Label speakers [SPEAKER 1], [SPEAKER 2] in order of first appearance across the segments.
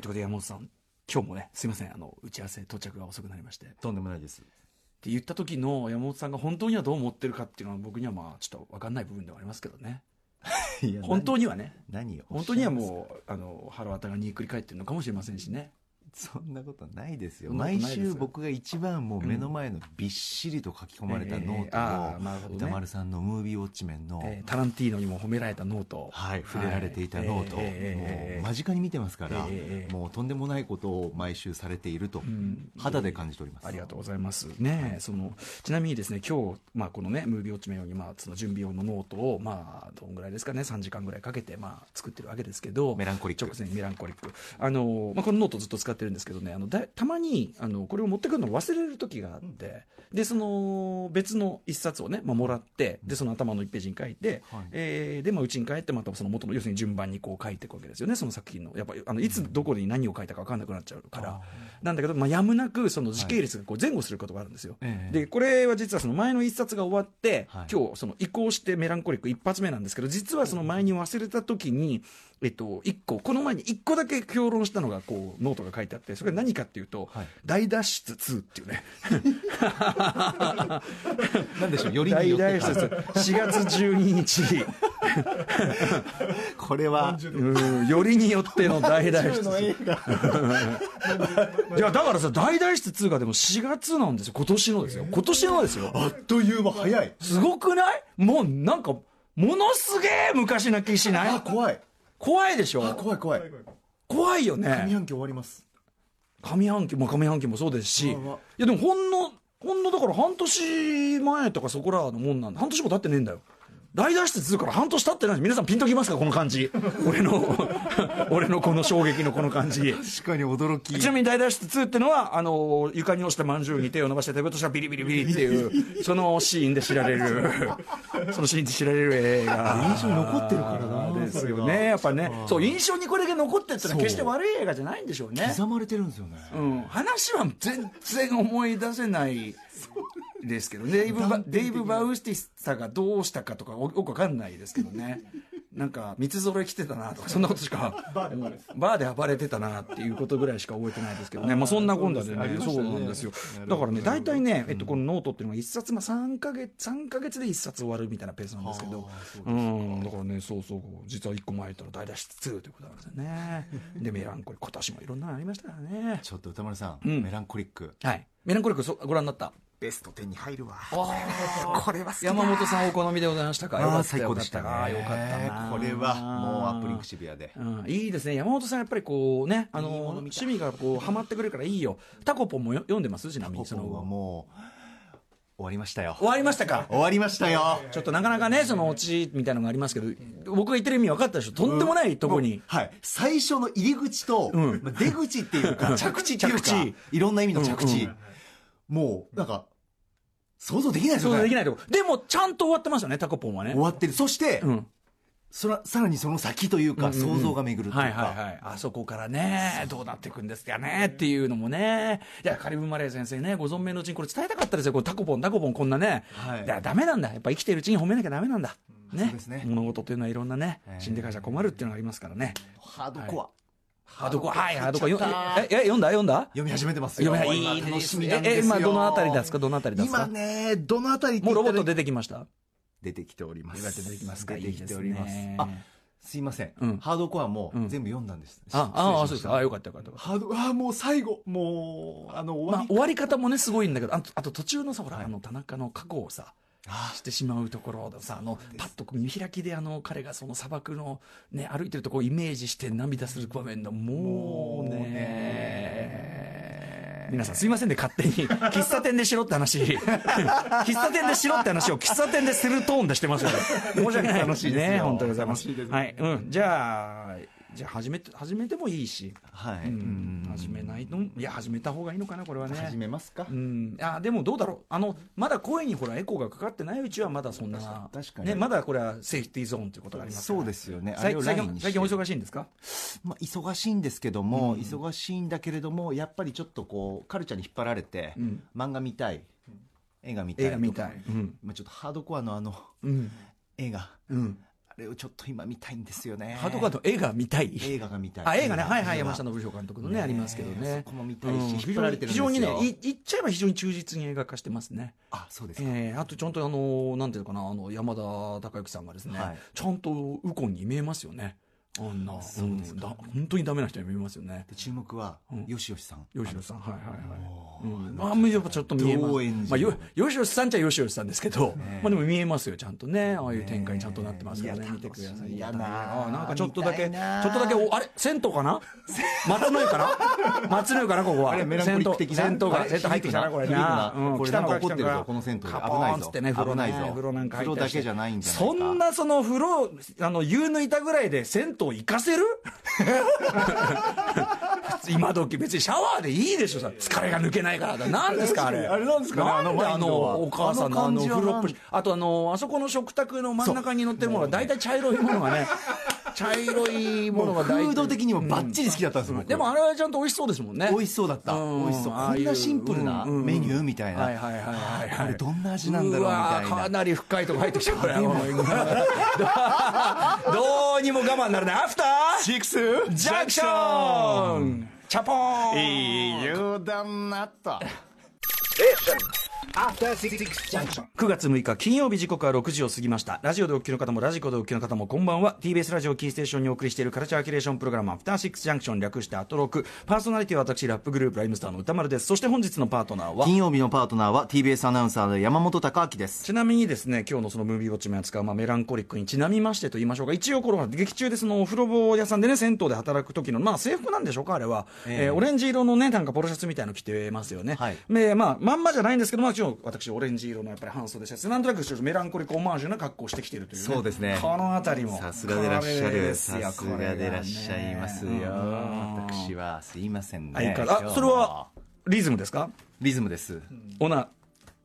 [SPEAKER 1] ということで山本さん今日もねすいませんあの打ち合わせ到着が遅くなりましてっ
[SPEAKER 2] とんでもないです。
[SPEAKER 1] て言った時の山本さんが本当にはどう思ってるかっていうのは僕にはまあちょっと分かんない部分ではありますけどね
[SPEAKER 2] いや
[SPEAKER 1] 本当にはね
[SPEAKER 2] 何何を
[SPEAKER 1] 本当にはもうあの腹渡が煮えくり返ってるのかもしれませんしね
[SPEAKER 2] うそんなことないですよ
[SPEAKER 1] そんなことない
[SPEAKER 2] 毎
[SPEAKER 1] です
[SPEAKER 2] 週僕が一番もう目の前のびっしりと書き込まれた
[SPEAKER 1] え
[SPEAKER 2] ノ
[SPEAKER 1] えああ
[SPEAKER 2] ー
[SPEAKER 1] なるほ
[SPEAKER 2] トを
[SPEAKER 1] ど
[SPEAKER 2] 歌
[SPEAKER 1] ね
[SPEAKER 2] 丸さんのムービーウォッチメンの、
[SPEAKER 1] えータランティーノにも褒められたノート
[SPEAKER 2] はい、触れられていたノート、
[SPEAKER 1] はいええ
[SPEAKER 2] もう間近に見てますから、
[SPEAKER 1] ええ
[SPEAKER 2] もうとんでもないことを毎週されていると、
[SPEAKER 1] ん
[SPEAKER 2] 肌で感じております。
[SPEAKER 1] ありがとうございます。ねえ、そのちなみにですね、今日まあこのねムービーウォッチメンようにまあその準備用のノートをまあどんぐらいですかね、3時間ぐらいかけてまあ作ってるわけですけど、
[SPEAKER 2] メランコリック
[SPEAKER 1] 直前にメランコリック。あのまあこのノートずっと使ってるんですけどね、あのだたまにあのこれを持ってくるのを忘れる時があって、でその別の一冊をねまあもらって、でその頭の1ページに書いて、
[SPEAKER 2] はい
[SPEAKER 1] えーでまあ家に帰ってまたその元の要するに順番にこう書いていくわけですよね、その作品のやっぱりあのいつどこに何を書いたか分かんなくなっちゃうから。なんだけど、まあ、やむなくその時系列がこう前後することがあるんですよ。
[SPEAKER 2] ええ
[SPEAKER 1] でこれは実はその前の一冊が終わって、
[SPEAKER 2] はい
[SPEAKER 1] 今日その移行してメランコリック一発目なんですけど実はその前に忘れた時に、えっと、一個この前に一個だけ評論したのがこうノートが書いてあってそれが何かっていうと「
[SPEAKER 2] はい
[SPEAKER 1] 大脱出2」っていうね
[SPEAKER 2] なんでしょう、よりに
[SPEAKER 1] 大
[SPEAKER 2] よって
[SPEAKER 1] 脱出4月12日
[SPEAKER 2] これは、
[SPEAKER 1] うんよりによっての 大脱
[SPEAKER 2] 宇宙の
[SPEAKER 1] 出
[SPEAKER 2] 映画
[SPEAKER 1] いやだからさ大脱出2がでも4月なんですよ今年のですよ今年のですよ
[SPEAKER 2] あっという間早い。
[SPEAKER 1] すごくないもうなんか、ものすげえ昔な気しな
[SPEAKER 2] あ
[SPEAKER 1] い、
[SPEAKER 2] 怖い。
[SPEAKER 1] 怖いでし
[SPEAKER 2] あ、
[SPEAKER 1] ょ
[SPEAKER 2] 怖い怖い。
[SPEAKER 1] 怖いよ
[SPEAKER 2] 上
[SPEAKER 1] ね。
[SPEAKER 2] 半期終わります。
[SPEAKER 1] 上半期、まあ上半期もそうですし、い
[SPEAKER 2] ああ
[SPEAKER 1] やでもほんの、ほんのだから半年前とかそこらのもんなんだ。半年も経ってねえんだよ。大脱出するから半年経ってない皆さんピンときますかこの感 じ。俺の、俺のこの衝撃のこの感 じ。
[SPEAKER 2] 確かに驚き。
[SPEAKER 1] ちなみに大脱出2ってのは、あの、床に落ちたまんじゅうに手を伸ばして食べようとしたらビリビリビリって いう、そのシーンで知られる、そのシーンで知られる映画。
[SPEAKER 2] 印象に残ってるからな
[SPEAKER 1] ですよ
[SPEAKER 2] それが
[SPEAKER 1] ね。やっぱね、そう、印象にこれだけ残ってってのは
[SPEAKER 2] そう
[SPEAKER 1] 決して悪い映画じゃないんでしょうね。
[SPEAKER 2] 刻まれてるんですよね。
[SPEAKER 1] うん、話は全然思い出せないですけど、デイブバ・デイブバウスティスタがどうしたかとかおよくわかんないですけどね。なんか、三つ揃え来てたなとか、そんなことしか、バーで暴れてたなっていうことぐらいしか覚えてないですけどね。まあ、そんなこんなで
[SPEAKER 2] あり
[SPEAKER 1] ね、
[SPEAKER 2] まし
[SPEAKER 1] そ
[SPEAKER 2] た
[SPEAKER 1] う
[SPEAKER 2] ね
[SPEAKER 1] なんですよ。
[SPEAKER 2] る
[SPEAKER 1] だ
[SPEAKER 2] ほ
[SPEAKER 1] か
[SPEAKER 2] ど
[SPEAKER 1] らね、大体ね、えっと、このノートっていうのが一冊、まあ、3ヶ月、三ヶ月で一冊終わるみたいなペースなんですけど
[SPEAKER 2] あーそう、
[SPEAKER 1] うん、だからね、そうそう、実は一個前行ったら大脱出2ということなんですよね。で、メランコリー、今年もいろんなのありましたからね。
[SPEAKER 2] ちょっと歌丸さん、
[SPEAKER 1] ん
[SPEAKER 2] メランコリック。
[SPEAKER 1] はい。メランコリックそご覧になった。
[SPEAKER 2] ベスト10に入るわ。
[SPEAKER 1] これは山本さんお好みでございましたか。よか
[SPEAKER 2] あ
[SPEAKER 1] っ
[SPEAKER 2] あ、
[SPEAKER 1] た
[SPEAKER 2] 最高でしたね。
[SPEAKER 1] よかったよかったな
[SPEAKER 2] これは、もうアップリンクシビアで。
[SPEAKER 1] うん、いいですね山本さんやっぱりこうねあの
[SPEAKER 2] いいもの見た
[SPEAKER 1] 趣味がこうハマってくるからいいよタコポンもよ読んでますちなみ
[SPEAKER 2] ポ
[SPEAKER 1] にその
[SPEAKER 2] ポは
[SPEAKER 1] 後
[SPEAKER 2] もう、終わりましたよ。
[SPEAKER 1] 終わりましたか
[SPEAKER 2] 終わりましたよ。
[SPEAKER 1] ちょっとなかなかねそのオチみたいなのがありますけど僕が言ってる意味分かったでしょとんでもないとこに、
[SPEAKER 2] はい。最初の入り口と、まあ出口ってい うか、着地っていうか
[SPEAKER 1] 着地、
[SPEAKER 2] いろんな意味の着
[SPEAKER 1] うんう
[SPEAKER 2] 地。もう、なんか、想像できないです
[SPEAKER 1] 想
[SPEAKER 2] よ
[SPEAKER 1] 像でき
[SPEAKER 2] ね。
[SPEAKER 1] ないとこでもちゃんと終わってましたねタコポンはね
[SPEAKER 2] 終わってる。そして
[SPEAKER 1] う、ん
[SPEAKER 2] そらさらにその先というか、想像が巡ると
[SPEAKER 1] はいいうはい
[SPEAKER 2] か。
[SPEAKER 1] はい、あそこからね、どうなっていくんですかねっていうのもね、いや、カリブンマレー先生ね、ご存命のうちにこれ伝えたかったですよ、こうタコポン、タコポン、こんなね、
[SPEAKER 2] はい
[SPEAKER 1] だだめなんだ、やっぱ生きてるうちに褒めなきゃだめなんだ、
[SPEAKER 2] そう
[SPEAKER 1] ね
[SPEAKER 2] ですね
[SPEAKER 1] 物事というのはいろんなね
[SPEAKER 2] え、ー
[SPEAKER 1] 死んでからじゃ困るっていうのがありますからね、
[SPEAKER 2] ハードコア。
[SPEAKER 1] ハードコア、はい、ハードコア、よ
[SPEAKER 2] ちょっと
[SPEAKER 1] ええ読んだ、読んだ
[SPEAKER 2] 読み始めてますよ。
[SPEAKER 1] 読めない、
[SPEAKER 2] 今
[SPEAKER 1] いい
[SPEAKER 2] 楽しみなん
[SPEAKER 1] え
[SPEAKER 2] で
[SPEAKER 1] え
[SPEAKER 2] すよ。
[SPEAKER 1] 今、どのあたりですか、どのあたりです
[SPEAKER 2] 今
[SPEAKER 1] か、
[SPEAKER 2] ね、どのあたりって
[SPEAKER 1] も
[SPEAKER 2] 言
[SPEAKER 1] う
[SPEAKER 2] った
[SPEAKER 1] ロ
[SPEAKER 2] ら
[SPEAKER 1] ボット出てきました、
[SPEAKER 2] 出てきております。
[SPEAKER 1] 出てきますか
[SPEAKER 2] 出てきております。
[SPEAKER 1] いいですね
[SPEAKER 2] あ、すいません,、
[SPEAKER 1] うん
[SPEAKER 2] ハードコアも
[SPEAKER 1] うん
[SPEAKER 2] 全部読んだんです。
[SPEAKER 1] ああ、あそうですか、あよ
[SPEAKER 2] か
[SPEAKER 1] かったよかった。
[SPEAKER 2] ハード、あもう最後、もう、あの、
[SPEAKER 1] ま
[SPEAKER 2] 終わ
[SPEAKER 1] あ、
[SPEAKER 2] り。
[SPEAKER 1] 終わり方もねすごいんだけどあとあと途中のさほら、
[SPEAKER 2] はい
[SPEAKER 1] あの田中の過去をさ
[SPEAKER 2] あ
[SPEAKER 1] してしまうところでさあのパッと見開きであの彼がその砂漠の、ね、歩いてるとこをイメージして涙する場面のもうね
[SPEAKER 2] もう
[SPEAKER 1] 皆さんすいませんね勝手に喫茶店でしろって話 喫茶店でしろって話を喫茶店でするトーンでしてますから申し訳ない
[SPEAKER 2] 楽しいですよ
[SPEAKER 1] ね本当にございます
[SPEAKER 2] 楽しいです
[SPEAKER 1] はいうん、じゃあじゃあ始めて始めてもいいし、
[SPEAKER 2] は
[SPEAKER 1] う
[SPEAKER 2] い。
[SPEAKER 1] ん、始めないのいや始めた方がいいのかなこれはね
[SPEAKER 2] 始めますか、
[SPEAKER 1] うん、あでもどうだろうあのまだ声にほらエコーがかかってないうちはまだそんな
[SPEAKER 2] 確かに
[SPEAKER 1] ね、まだこれはセーフティーゾーンということがありますから
[SPEAKER 2] そうですよね。あ
[SPEAKER 1] さい
[SPEAKER 2] れをラ
[SPEAKER 1] 最
[SPEAKER 2] イン
[SPEAKER 1] 近
[SPEAKER 2] にして
[SPEAKER 1] 最近お忙しいんですか
[SPEAKER 2] まあ、忙しいんですけども、忙しいんだけれども、やっぱりちょっとこう、カルチャーに引っ張られて、
[SPEAKER 1] うん
[SPEAKER 2] 漫画見たい、映画見たい
[SPEAKER 1] 映
[SPEAKER 2] とか。
[SPEAKER 1] 画見たい、うん
[SPEAKER 2] まあ、ちょっとハードコアのあの、
[SPEAKER 1] うん
[SPEAKER 2] 映画、
[SPEAKER 1] うん、
[SPEAKER 2] れをちょっと今見たいんですよね
[SPEAKER 1] ハトカの絵が見たい。
[SPEAKER 2] 映画が見たい
[SPEAKER 1] あ、映画ね。はいはい。
[SPEAKER 2] 映
[SPEAKER 1] 山
[SPEAKER 2] 画
[SPEAKER 1] 下信夫監督のね、ありますけどね。
[SPEAKER 2] そこも見たいし
[SPEAKER 1] うん
[SPEAKER 2] 引っ張られてるんですよ
[SPEAKER 1] 非常にね、い言っちゃえば非常に忠実に映画化してますね。
[SPEAKER 2] あそうですか、
[SPEAKER 1] えーあとちゃんとあの、なんていうのかな、あの、山田孝之さんがですね、
[SPEAKER 2] はい
[SPEAKER 1] ちゃんと右近に見えますよね。あんな、
[SPEAKER 2] そうです
[SPEAKER 1] ん
[SPEAKER 2] か
[SPEAKER 1] だ本当にダメな人に見えますよね。
[SPEAKER 2] で注目は、
[SPEAKER 1] うん
[SPEAKER 2] よしよしさん
[SPEAKER 1] 吉野さん、はいはいはい。
[SPEAKER 2] おー
[SPEAKER 1] うん、まあ、やっぱちょっと見えます。
[SPEAKER 2] どう演じ
[SPEAKER 1] まあ、
[SPEAKER 2] る
[SPEAKER 1] よ、吉野さんじゃ吉野さんですけど、まあでも見えますよ、ちゃんとね。ああいう展開にちゃんとなってますからね。
[SPEAKER 2] いや
[SPEAKER 1] 見てください。
[SPEAKER 2] いやなあ
[SPEAKER 1] ああなんかちょっとだけ、ちょ
[SPEAKER 2] 見たいなあ
[SPEAKER 1] っとだけ、おあれ銭湯か な松の湯かな松の湯かなここは。
[SPEAKER 2] あれメランコリック的な
[SPEAKER 1] 銭湯が、
[SPEAKER 2] あれ
[SPEAKER 1] 銭湯入ってきたな、
[SPEAKER 2] 響
[SPEAKER 1] こ
[SPEAKER 2] くな
[SPEAKER 1] れな。
[SPEAKER 2] 響くなこれなんか怒ってるぞ
[SPEAKER 1] 来たか
[SPEAKER 2] この銭湯で
[SPEAKER 1] カポーン
[SPEAKER 2] 危ないぞ
[SPEAKER 1] つってね、風呂ね
[SPEAKER 2] 危ないぞ
[SPEAKER 1] 風呂なんか入ったりして
[SPEAKER 2] 風呂だけじゃないんじゃないか
[SPEAKER 1] そんなその風呂、あの、湯抜いたぐらいで銭湯行かせる今時別にシャワーでいいでしょさ疲れが抜けないからだ何ですかあれ
[SPEAKER 2] 確かにあれなんですかね
[SPEAKER 1] なんであ
[SPEAKER 2] あのワインの
[SPEAKER 1] のお母さんのあ
[SPEAKER 2] あの
[SPEAKER 1] の
[SPEAKER 2] 感じ
[SPEAKER 1] フ
[SPEAKER 2] は
[SPEAKER 1] ロッ
[SPEAKER 2] なん
[SPEAKER 1] プあとあのあそこの食卓の真ん中に乗ってるものが大体茶色いもの がね茶色いものが
[SPEAKER 2] フ
[SPEAKER 1] 大体
[SPEAKER 2] ード的にもバッチリ好きだったんです、僕
[SPEAKER 1] でもあれはちゃんと美味しそうですもんね
[SPEAKER 2] 美味しそうだった、
[SPEAKER 1] うん
[SPEAKER 2] 美味しそう
[SPEAKER 1] あ
[SPEAKER 2] こ
[SPEAKER 1] あいうん
[SPEAKER 2] なシンプルな
[SPEAKER 1] うんうん
[SPEAKER 2] メニューみたいな、
[SPEAKER 1] はいはいはいはいはい
[SPEAKER 2] あれどんな味なんだろうみたいう
[SPEAKER 1] わーか
[SPEAKER 2] な
[SPEAKER 1] なり深いとこ入ってきたこ れどうにも我慢ならないアフター
[SPEAKER 2] シックス
[SPEAKER 1] ジャンクションチャポーン
[SPEAKER 2] いい油断なと
[SPEAKER 3] After Six Junction.
[SPEAKER 1] 9月6日金曜日時刻は6時を過ぎましたラジオでお聞きの方もラジコでお聞きの方もこんばんは TBS ラジオキーステーションにお送りしているカルチャーキュレーションプログラム「アフターシックスジャンクション」略してアトロクパーソナリティは私ラップグループライムスターの歌丸ですそして本日のパートナーは
[SPEAKER 2] 金曜日のパートナーは TBS アナウンサーの山本隆明です
[SPEAKER 1] ちなみにですね今日のそのムービーウォッチメン扱う、まあ、メランコリックにちなみましてと言いましょうか一応これは劇中でそのお風呂場屋さんでね銭湯で働く時のまあ制服なんでしょうかあれは、えーオレンジ色のねなんかポロシャツみたいの着てますよね、
[SPEAKER 2] はい
[SPEAKER 1] でまあまんまじゃないんですけどまあ一応私オレンジ色のやっぱり半袖シャツなんとなくちょっとメランコリックオマージュな格好をしてきてるという、
[SPEAKER 2] そうですね
[SPEAKER 1] この辺りも
[SPEAKER 2] さすがでらっしゃ
[SPEAKER 1] これで
[SPEAKER 2] る
[SPEAKER 1] すよ
[SPEAKER 2] さすがでらっしゃいますよ、
[SPEAKER 1] これがね
[SPEAKER 2] 私はすいませんね
[SPEAKER 1] 相変わらず
[SPEAKER 2] 今日
[SPEAKER 1] あ
[SPEAKER 2] も
[SPEAKER 1] それはリズムですか
[SPEAKER 2] リズムです
[SPEAKER 1] オナ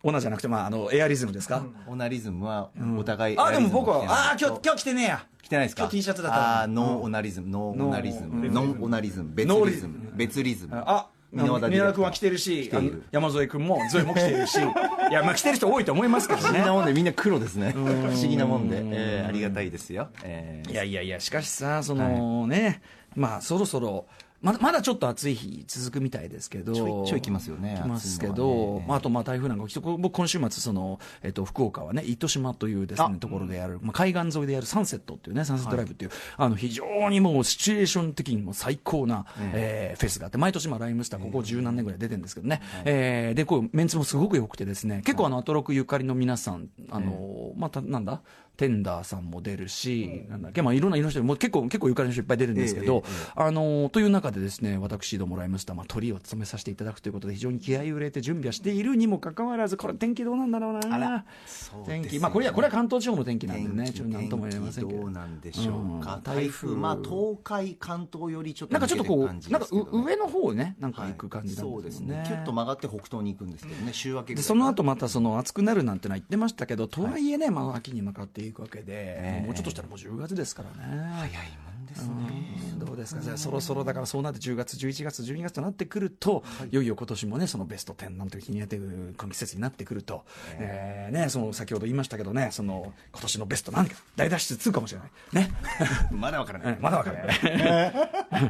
[SPEAKER 1] オナじゃなくてまああのエアリズムですか、
[SPEAKER 2] オナリズムはお互い
[SPEAKER 1] あでも僕は
[SPEAKER 2] エアリズム
[SPEAKER 1] ああー今
[SPEAKER 2] を着てない
[SPEAKER 1] 日今日着てねえや
[SPEAKER 2] 着てないですか
[SPEAKER 1] 今日 T シャツだったの
[SPEAKER 2] あーノーオナリズムノーオナリズムノンオナリズム別
[SPEAKER 1] ノー
[SPEAKER 2] リ
[SPEAKER 1] リズ
[SPEAKER 2] ズ
[SPEAKER 1] ム
[SPEAKER 2] ム別リズム
[SPEAKER 1] あ
[SPEAKER 2] 箕輪田
[SPEAKER 1] 宮田君は来てる
[SPEAKER 2] 来
[SPEAKER 1] して
[SPEAKER 2] いる
[SPEAKER 1] あの山添君もゾイも来てる しいやまあ来てる人多いと思いますけど
[SPEAKER 2] 不思議
[SPEAKER 1] ね
[SPEAKER 2] なもんでみんな黒ですね不思議なもんでえーありがたいですよえー
[SPEAKER 1] いやいやいやしかしさそのね、まあそろそろまだまだちょっと暑い日続くみたいですけど
[SPEAKER 2] ちょいちょい来ますよね
[SPEAKER 1] 来ますけ
[SPEAKER 2] 暑いの
[SPEAKER 1] ど、
[SPEAKER 2] はね
[SPEAKER 1] まあ、あとまあ台風なんか起きてこ僕今週末その、えっと福岡はね糸島というですねところでやる、まあ、海岸沿いでやるサンセットっていうねサンセットライブっていう、あの非常にもうシチュエーション的にも最高な、えーフェスがあって毎年まあライムスターここ十何年ぐらい出てるんですけどね、えーでこうメンツもすごく良くてですね結構あのアトロクゆかりの皆さんあの、またなんだテンダーさんも出るし、なんだっけ、まあ、いろんな、いろんな人、もう結構、結構ゆかりの人いっぱい出るんですけど、あのーという中でですね、私どもライムスター、まあ、トリを務めさせていただくということで、非常に気合いを入れて準備はしているにもかかわらず、これ、天気どうなんだろうな。
[SPEAKER 2] そう
[SPEAKER 1] 天
[SPEAKER 2] です
[SPEAKER 1] 気、
[SPEAKER 2] よ
[SPEAKER 1] まあ、これは、これは関東地方の天気なんで
[SPEAKER 2] 天
[SPEAKER 1] ね、
[SPEAKER 2] 気
[SPEAKER 1] ちょっとなんとも言えませんけ
[SPEAKER 2] ど
[SPEAKER 1] ど
[SPEAKER 2] う。なんでしょう
[SPEAKER 1] う
[SPEAKER 2] か
[SPEAKER 1] ん
[SPEAKER 2] 台風まあ東海関東よりちょっと
[SPEAKER 1] なんかちょっとこ
[SPEAKER 2] 抜けてる感
[SPEAKER 1] う、
[SPEAKER 2] じ
[SPEAKER 1] なんか
[SPEAKER 2] ですけどね
[SPEAKER 1] う上の方をね、なんか行く感じなん
[SPEAKER 2] そう
[SPEAKER 1] で
[SPEAKER 2] ですす
[SPEAKER 1] よね。
[SPEAKER 2] ねキュッと曲がって北東に行くんですけどね週明けぐら
[SPEAKER 1] で
[SPEAKER 2] い
[SPEAKER 1] その後またその暑くなるなんてのは言ってましたけど、とはいえね、まあ、秋に向かっていくわけで、もうちょっとしたらもう10月ですからね。
[SPEAKER 2] 早いもんですね
[SPEAKER 1] どうですか、じゃあそろそろだからそうなって10月、11月、12月となってくると、い、よいよ今年もね、そのベスト10なんていう日にやってくるこの季節になってくると、えーね、その先ほど言いましたけどね、その今年のベストなんか、大脱出するかもしれない。ね。
[SPEAKER 2] まだわからな
[SPEAKER 1] うん
[SPEAKER 2] い
[SPEAKER 1] まだわからない。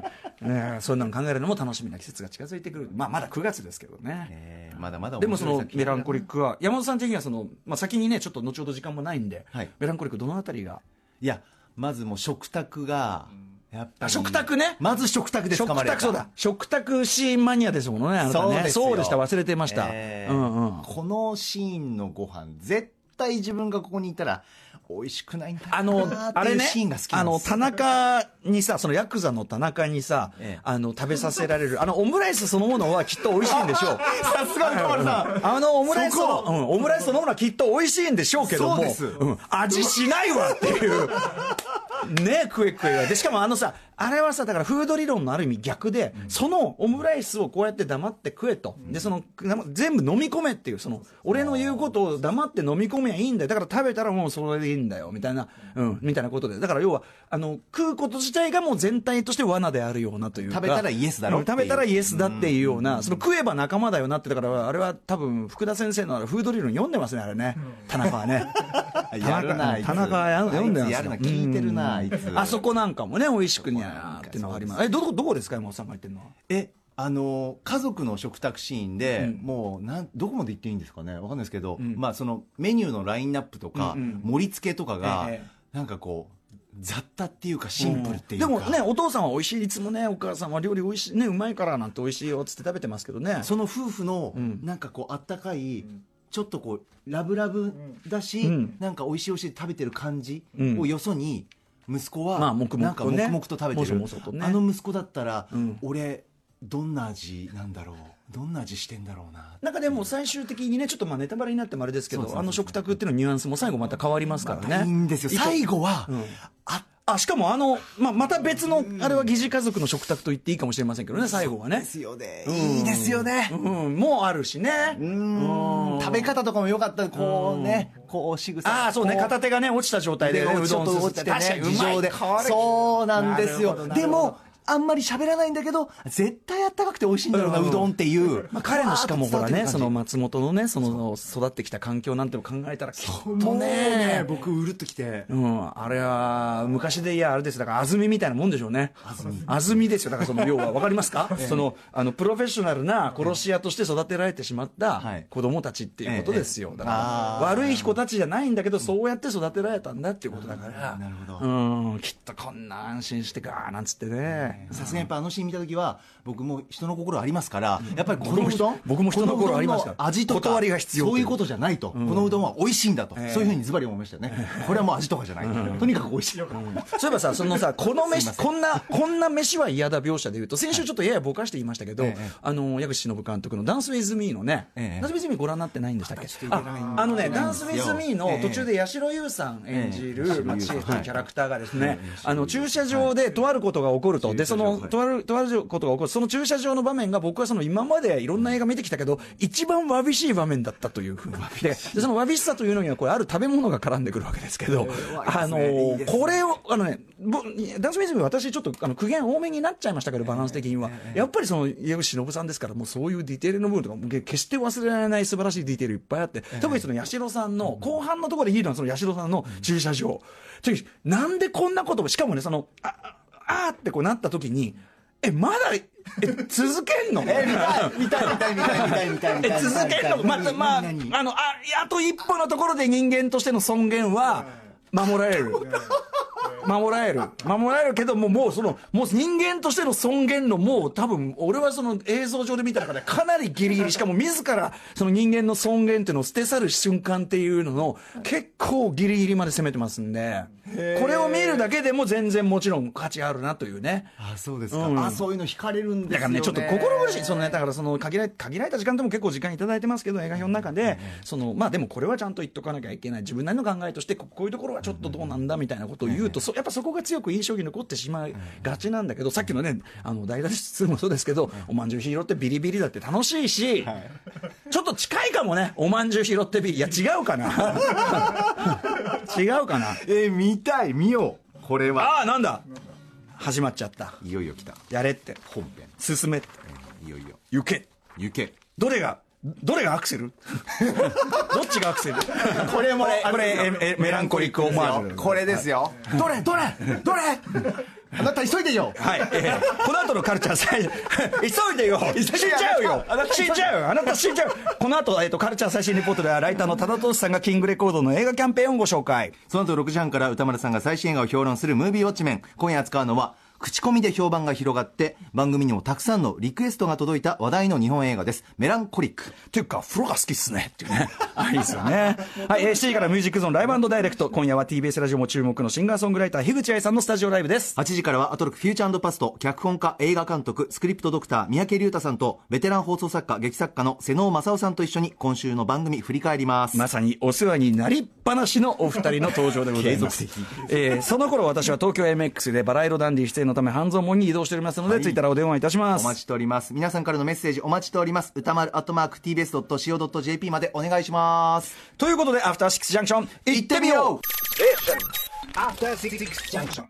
[SPEAKER 1] ねそんなの考えるのも楽しみな季節が近づいてくる。まあ、まだ9月ですけどね。
[SPEAKER 2] えーまだまだ
[SPEAKER 1] でもそのメランコ
[SPEAKER 2] リ
[SPEAKER 1] リックは、山本さん的にはその、まあ、先にね、ちょっと後ほど時間もないんで、
[SPEAKER 2] はい
[SPEAKER 1] メランコリックどのあたりが
[SPEAKER 2] いやまずもう食卓がやっぱ
[SPEAKER 1] あ
[SPEAKER 2] り
[SPEAKER 1] 食卓ね
[SPEAKER 2] まず食卓で
[SPEAKER 1] 食
[SPEAKER 2] 捕まれ
[SPEAKER 1] 卓
[SPEAKER 2] た
[SPEAKER 1] そうだ食卓シーンマニアですものねあなた
[SPEAKER 2] そうです
[SPEAKER 1] ね
[SPEAKER 2] よ
[SPEAKER 1] そうでした忘れてました、
[SPEAKER 2] えー
[SPEAKER 1] うんうん
[SPEAKER 2] このシーンのご飯絶対自分がここにいたら美味しくないんだ
[SPEAKER 1] あ
[SPEAKER 2] ろ
[SPEAKER 1] の
[SPEAKER 2] うな、っ
[SPEAKER 1] あ
[SPEAKER 2] てい
[SPEAKER 1] れ
[SPEAKER 2] う
[SPEAKER 1] ね
[SPEAKER 2] シーンが好、き
[SPEAKER 1] あ
[SPEAKER 2] なん
[SPEAKER 1] の、
[SPEAKER 2] です
[SPEAKER 1] 田中にさ、そのヤクザの田中にさ
[SPEAKER 2] ええ、
[SPEAKER 1] あの、食べさせられる、あの、オムライスそのものはきっと美味しいんでしょう。
[SPEAKER 2] さすがの丸さん
[SPEAKER 1] あの、オムライス
[SPEAKER 2] そ
[SPEAKER 1] の、
[SPEAKER 2] こ
[SPEAKER 1] うんオムライスそのものはきっと美味しいんでしょうけども、
[SPEAKER 2] そうです
[SPEAKER 1] ん味しないわっていう。ねえクエクエはでしかもあのさあれはさだからフード理論のある意味逆で、そのオムライスをこうやって黙って食えと、でそのな全部飲み込めっていうその俺の言うことを黙って飲み込めばいいんだよだから食べたらもうそれでいいんだよみたいな、うん、みたいなことでだから要はあの食うこと自体がもう全体として罠であるようなというか
[SPEAKER 2] 食べたらイエスだろ
[SPEAKER 1] うん
[SPEAKER 2] っていう
[SPEAKER 1] 食べたらイエスだっていうような、その食えば仲間だよなってだからあれは多分福田先生のあれフード理論読んでますねあれね、田中はね
[SPEAKER 2] やるなあいつ
[SPEAKER 1] 田中はや読んでま
[SPEAKER 2] あいつ
[SPEAKER 1] す
[SPEAKER 2] や
[SPEAKER 1] よ
[SPEAKER 2] るな聞いてるなあいつ
[SPEAKER 1] あそこなんかもね美味しくにゃーってのがありますえどこどこですか山本さんが言ってるのは
[SPEAKER 2] えあの家族の食卓シーンで、もうなんどこまで行っていいんですかねわかんないですけど、まあ、そのメニューのラインナップとか、
[SPEAKER 1] うんうん
[SPEAKER 2] 盛り付けとかが、
[SPEAKER 1] ええ
[SPEAKER 2] なんかこう雑多っていうかシンプルっていうか、
[SPEAKER 1] でもねお父さんは美味しいいつもねお母さんは料理美味しいねうまいからなんて美味しいよっつって食べてますけどね
[SPEAKER 2] その夫婦の
[SPEAKER 1] ん
[SPEAKER 2] なんかこうあったかい、ちょっとこうラブラブだし、
[SPEAKER 1] うん
[SPEAKER 2] なんか美味しい美味しい食べてる感じ
[SPEAKER 1] うん
[SPEAKER 2] をよそに息子は
[SPEAKER 1] ま
[SPEAKER 2] な
[SPEAKER 1] あ
[SPEAKER 2] ん
[SPEAKER 1] 黙
[SPEAKER 2] か
[SPEAKER 1] 々と
[SPEAKER 2] 黙
[SPEAKER 1] ね
[SPEAKER 2] 々と食べてる、
[SPEAKER 1] もそもそとね
[SPEAKER 2] あの息子だったら、
[SPEAKER 1] うん
[SPEAKER 2] 俺どんな味なんだろうどんな味してんだろうな
[SPEAKER 1] なんかでも最終的にねちょっとまあネタバレになってもあれですけ
[SPEAKER 2] そうそう
[SPEAKER 1] ど
[SPEAKER 2] そう
[SPEAKER 1] あの食卓っていうのニュアンスも最後また変わりますからね
[SPEAKER 2] いいんですよ最後は、
[SPEAKER 1] うん
[SPEAKER 2] あ
[SPEAKER 1] あしかもあの、まあ、また別のあれは疑似家族の食卓と言っていいかもしれませんけどね最後はね
[SPEAKER 2] ですよね、
[SPEAKER 1] うん
[SPEAKER 2] いいですよね、
[SPEAKER 1] うんもうあるしね
[SPEAKER 2] うん食べ方とかも良かったこうねこう仕草
[SPEAKER 1] ああそうね
[SPEAKER 2] こ
[SPEAKER 1] 片手がね落ちた状態で
[SPEAKER 2] で
[SPEAKER 1] ね
[SPEAKER 2] うちょっと
[SPEAKER 1] うどんす
[SPEAKER 2] 落
[SPEAKER 1] すっ
[SPEAKER 2] ち
[SPEAKER 1] てて確か
[SPEAKER 2] ね
[SPEAKER 1] に
[SPEAKER 2] 事情で
[SPEAKER 1] うまい
[SPEAKER 2] そうなんです
[SPEAKER 1] なるほど
[SPEAKER 2] よで
[SPEAKER 1] なるほ
[SPEAKER 2] も
[SPEAKER 1] ど
[SPEAKER 2] あんまり喋らないんだけど絶対あったかくて美味しいんだろうな
[SPEAKER 1] うん
[SPEAKER 2] うどんっていう
[SPEAKER 1] まあ、彼のしかもほらね、その
[SPEAKER 2] ま
[SPEAKER 1] 松本のね、その育ってきた環境なんても考えたら、きっと
[SPEAKER 2] ね
[SPEAKER 1] ね、
[SPEAKER 2] 僕うるっときて
[SPEAKER 1] うん、あれは、昔でいや、あれです、だから、安住みたいなもんでしょうね。安住ですよ、 だからその、要は、わかりますか、その、あの、プロフェッショナルな殺し屋として育てられてしまっ
[SPEAKER 2] は
[SPEAKER 1] た
[SPEAKER 2] い
[SPEAKER 1] 子供たちっていうことですよ。だか
[SPEAKER 2] あ
[SPEAKER 1] ら、
[SPEAKER 2] ー
[SPEAKER 1] 悪い子たちじゃないんだけど、そうやって育てられたんだっていうことだから、
[SPEAKER 2] なるほど
[SPEAKER 1] うん、きっとこんな安心してガーなんつってね。
[SPEAKER 2] さすがにやっぱあのシーン見た時は僕も人の心ありますからやっぱりこのうどん
[SPEAKER 1] 僕も人僕も人の
[SPEAKER 2] こうど
[SPEAKER 1] 心
[SPEAKER 2] ん
[SPEAKER 1] ありますから
[SPEAKER 2] 味とか
[SPEAKER 1] 断りが必要という
[SPEAKER 2] そういうことじゃないとこのうどんは美味しいんだとそういうふうにズバリ思いましたよねこれはもう味とかじゃないとにかく美味しい
[SPEAKER 1] そういえばさ、そのさ、この
[SPEAKER 2] すい
[SPEAKER 1] 飯、
[SPEAKER 2] ません
[SPEAKER 1] こんな、こんな飯は嫌だ描写で言うと、先週ちょっとややぼかして言いましたけど、
[SPEAKER 2] ええ
[SPEAKER 1] あの、矢口忍監督のダンスウィズミーのね、
[SPEAKER 2] ええ
[SPEAKER 1] ダンスウィズミーご覧になってないんでしたっけ
[SPEAKER 2] ちょっと言えない
[SPEAKER 1] ああのね、
[SPEAKER 2] 言えない
[SPEAKER 1] ダ
[SPEAKER 2] ん
[SPEAKER 1] ン
[SPEAKER 2] です
[SPEAKER 1] ス
[SPEAKER 2] よ
[SPEAKER 1] ウィズミーの途中で八代優さん演じ
[SPEAKER 2] ええ
[SPEAKER 1] る、まあ、チーフ
[SPEAKER 2] 八代優さん
[SPEAKER 1] というキャラクターがですね、あの、駐車場でとあることが起こると。で、その、とある、とあることが起こる、その駐車場の場面が僕はその今までいろんな映画見てきたけど、一番わびしい場面だったというふうに。で、でそのわびしさというのには、これある食べ物が絡んでくるわけですけど、あのー、これを、あのね、ぼダンスミュージック私ちょっとあの苦言多めになっちゃいましたけど、バランス的には。やっぱりその、家口忍さんですから、もうそういうディテールの部分とか、もう決して忘れられない素晴らしいディテールいっぱいあって、特にその八代さんの、後半のところでいいのはその八代さんの駐車場。というなんでこんなことを、しかもね、その、あ、ああーってこうなった時に、え、まだ、え、続けんの
[SPEAKER 2] 見たい見たい見たい見たい見たい見た
[SPEAKER 1] え
[SPEAKER 2] い
[SPEAKER 1] 続けるのまたまああのああと一歩のところで人間としての尊厳は守られる守られる守られるけどもうもうそのもう人間としての尊厳のもう多分俺はその映像上で見た中でかなりギリギリしかも自らその人間の尊厳っていうのを捨て去る瞬間っていうのの結構ギリギリまで攻めてますんでこれを見るだけでも全然もちろん価値あるなというね
[SPEAKER 2] あそうですか、
[SPEAKER 1] うん
[SPEAKER 2] あそういうの惹かれるんです
[SPEAKER 1] だ
[SPEAKER 2] よ、
[SPEAKER 1] から
[SPEAKER 2] ね、
[SPEAKER 1] ね、ちょっと心苦しい、そのね、だからその限られ限られた時間でも結構時間いただいてますけど、映画表の中で、そのまあでもこれはちゃんと言っとかなきゃいけない、自分なりの考えとして、ここういうところはちょっとどうなんだみたいなことを言うと、そやっぱそこが強く印象に残ってしまいがちなんだけど、さっきのね、あの大脱出もそうですけど、おまんじゅう拾ってビリビリだって楽しいし、ちょっと近いかもね、おまんじゅう拾ってビリ、いや、違うかな、違うかな、
[SPEAKER 2] えー見たい見ようこれは
[SPEAKER 1] ああ、なんだ、始まっちゃった、
[SPEAKER 2] いよいよ来た
[SPEAKER 1] やれって、
[SPEAKER 2] 本編、
[SPEAKER 1] 進めって、
[SPEAKER 2] えーいよいよ
[SPEAKER 1] 行け。
[SPEAKER 2] 行け
[SPEAKER 1] どれがどれがアクセル どっちがアクセル
[SPEAKER 2] これも
[SPEAKER 1] これこれ
[SPEAKER 2] あの
[SPEAKER 1] ええメランコリックオマージュ
[SPEAKER 2] これですよどれどれどれあなた急いでよ
[SPEAKER 1] はい、えーこの後のカルチャー 最急い でよ死んじゃうよ死んじゃうよあなた死んじゃうこの後、えー、とカルチャー最新リポートではライターの多田投資さんがキングレコードの映画キャンペーンをご紹介
[SPEAKER 2] その後6時半から歌丸さんが最新映画を評論するムービーウォッチメン今夜扱うのは口コミで評判が広がって番組にもたくさんのリクエストが届いた話題の日本映画ですメランコリック
[SPEAKER 1] ていうか風呂が好きっすねっていうね あいいですよねはい、えー、7時からミュージックゾーンライブダイレクト今夜は TBS ラジオも注目のシンガーソングライター樋口愛さんのスタジオライブです
[SPEAKER 2] 8時からはアトロクフューチャーパスト脚本家映画監督スクリプトドクター三宅龍太さんとベテラン放送作家劇作家の瀬能正夫さんと一緒に今週の番組振り返ります
[SPEAKER 1] まさにお世話になりっぱなしのお二人の登場でございます
[SPEAKER 2] 継続
[SPEAKER 1] えーその頃私は東京 MX でバラ色ダンディ出演のため半蔵門に移動しておりますので、
[SPEAKER 2] はい
[SPEAKER 1] ツイッターからお電話いたしま
[SPEAKER 2] お待ち
[SPEAKER 1] す
[SPEAKER 2] しております皆さんからのメッセージお待ちしております歌丸アットマーク TBS.CO.JP までお願いします
[SPEAKER 1] ということでアフターシックスジャンクション
[SPEAKER 2] 行ってみよう
[SPEAKER 1] う
[SPEAKER 3] After Six Junction.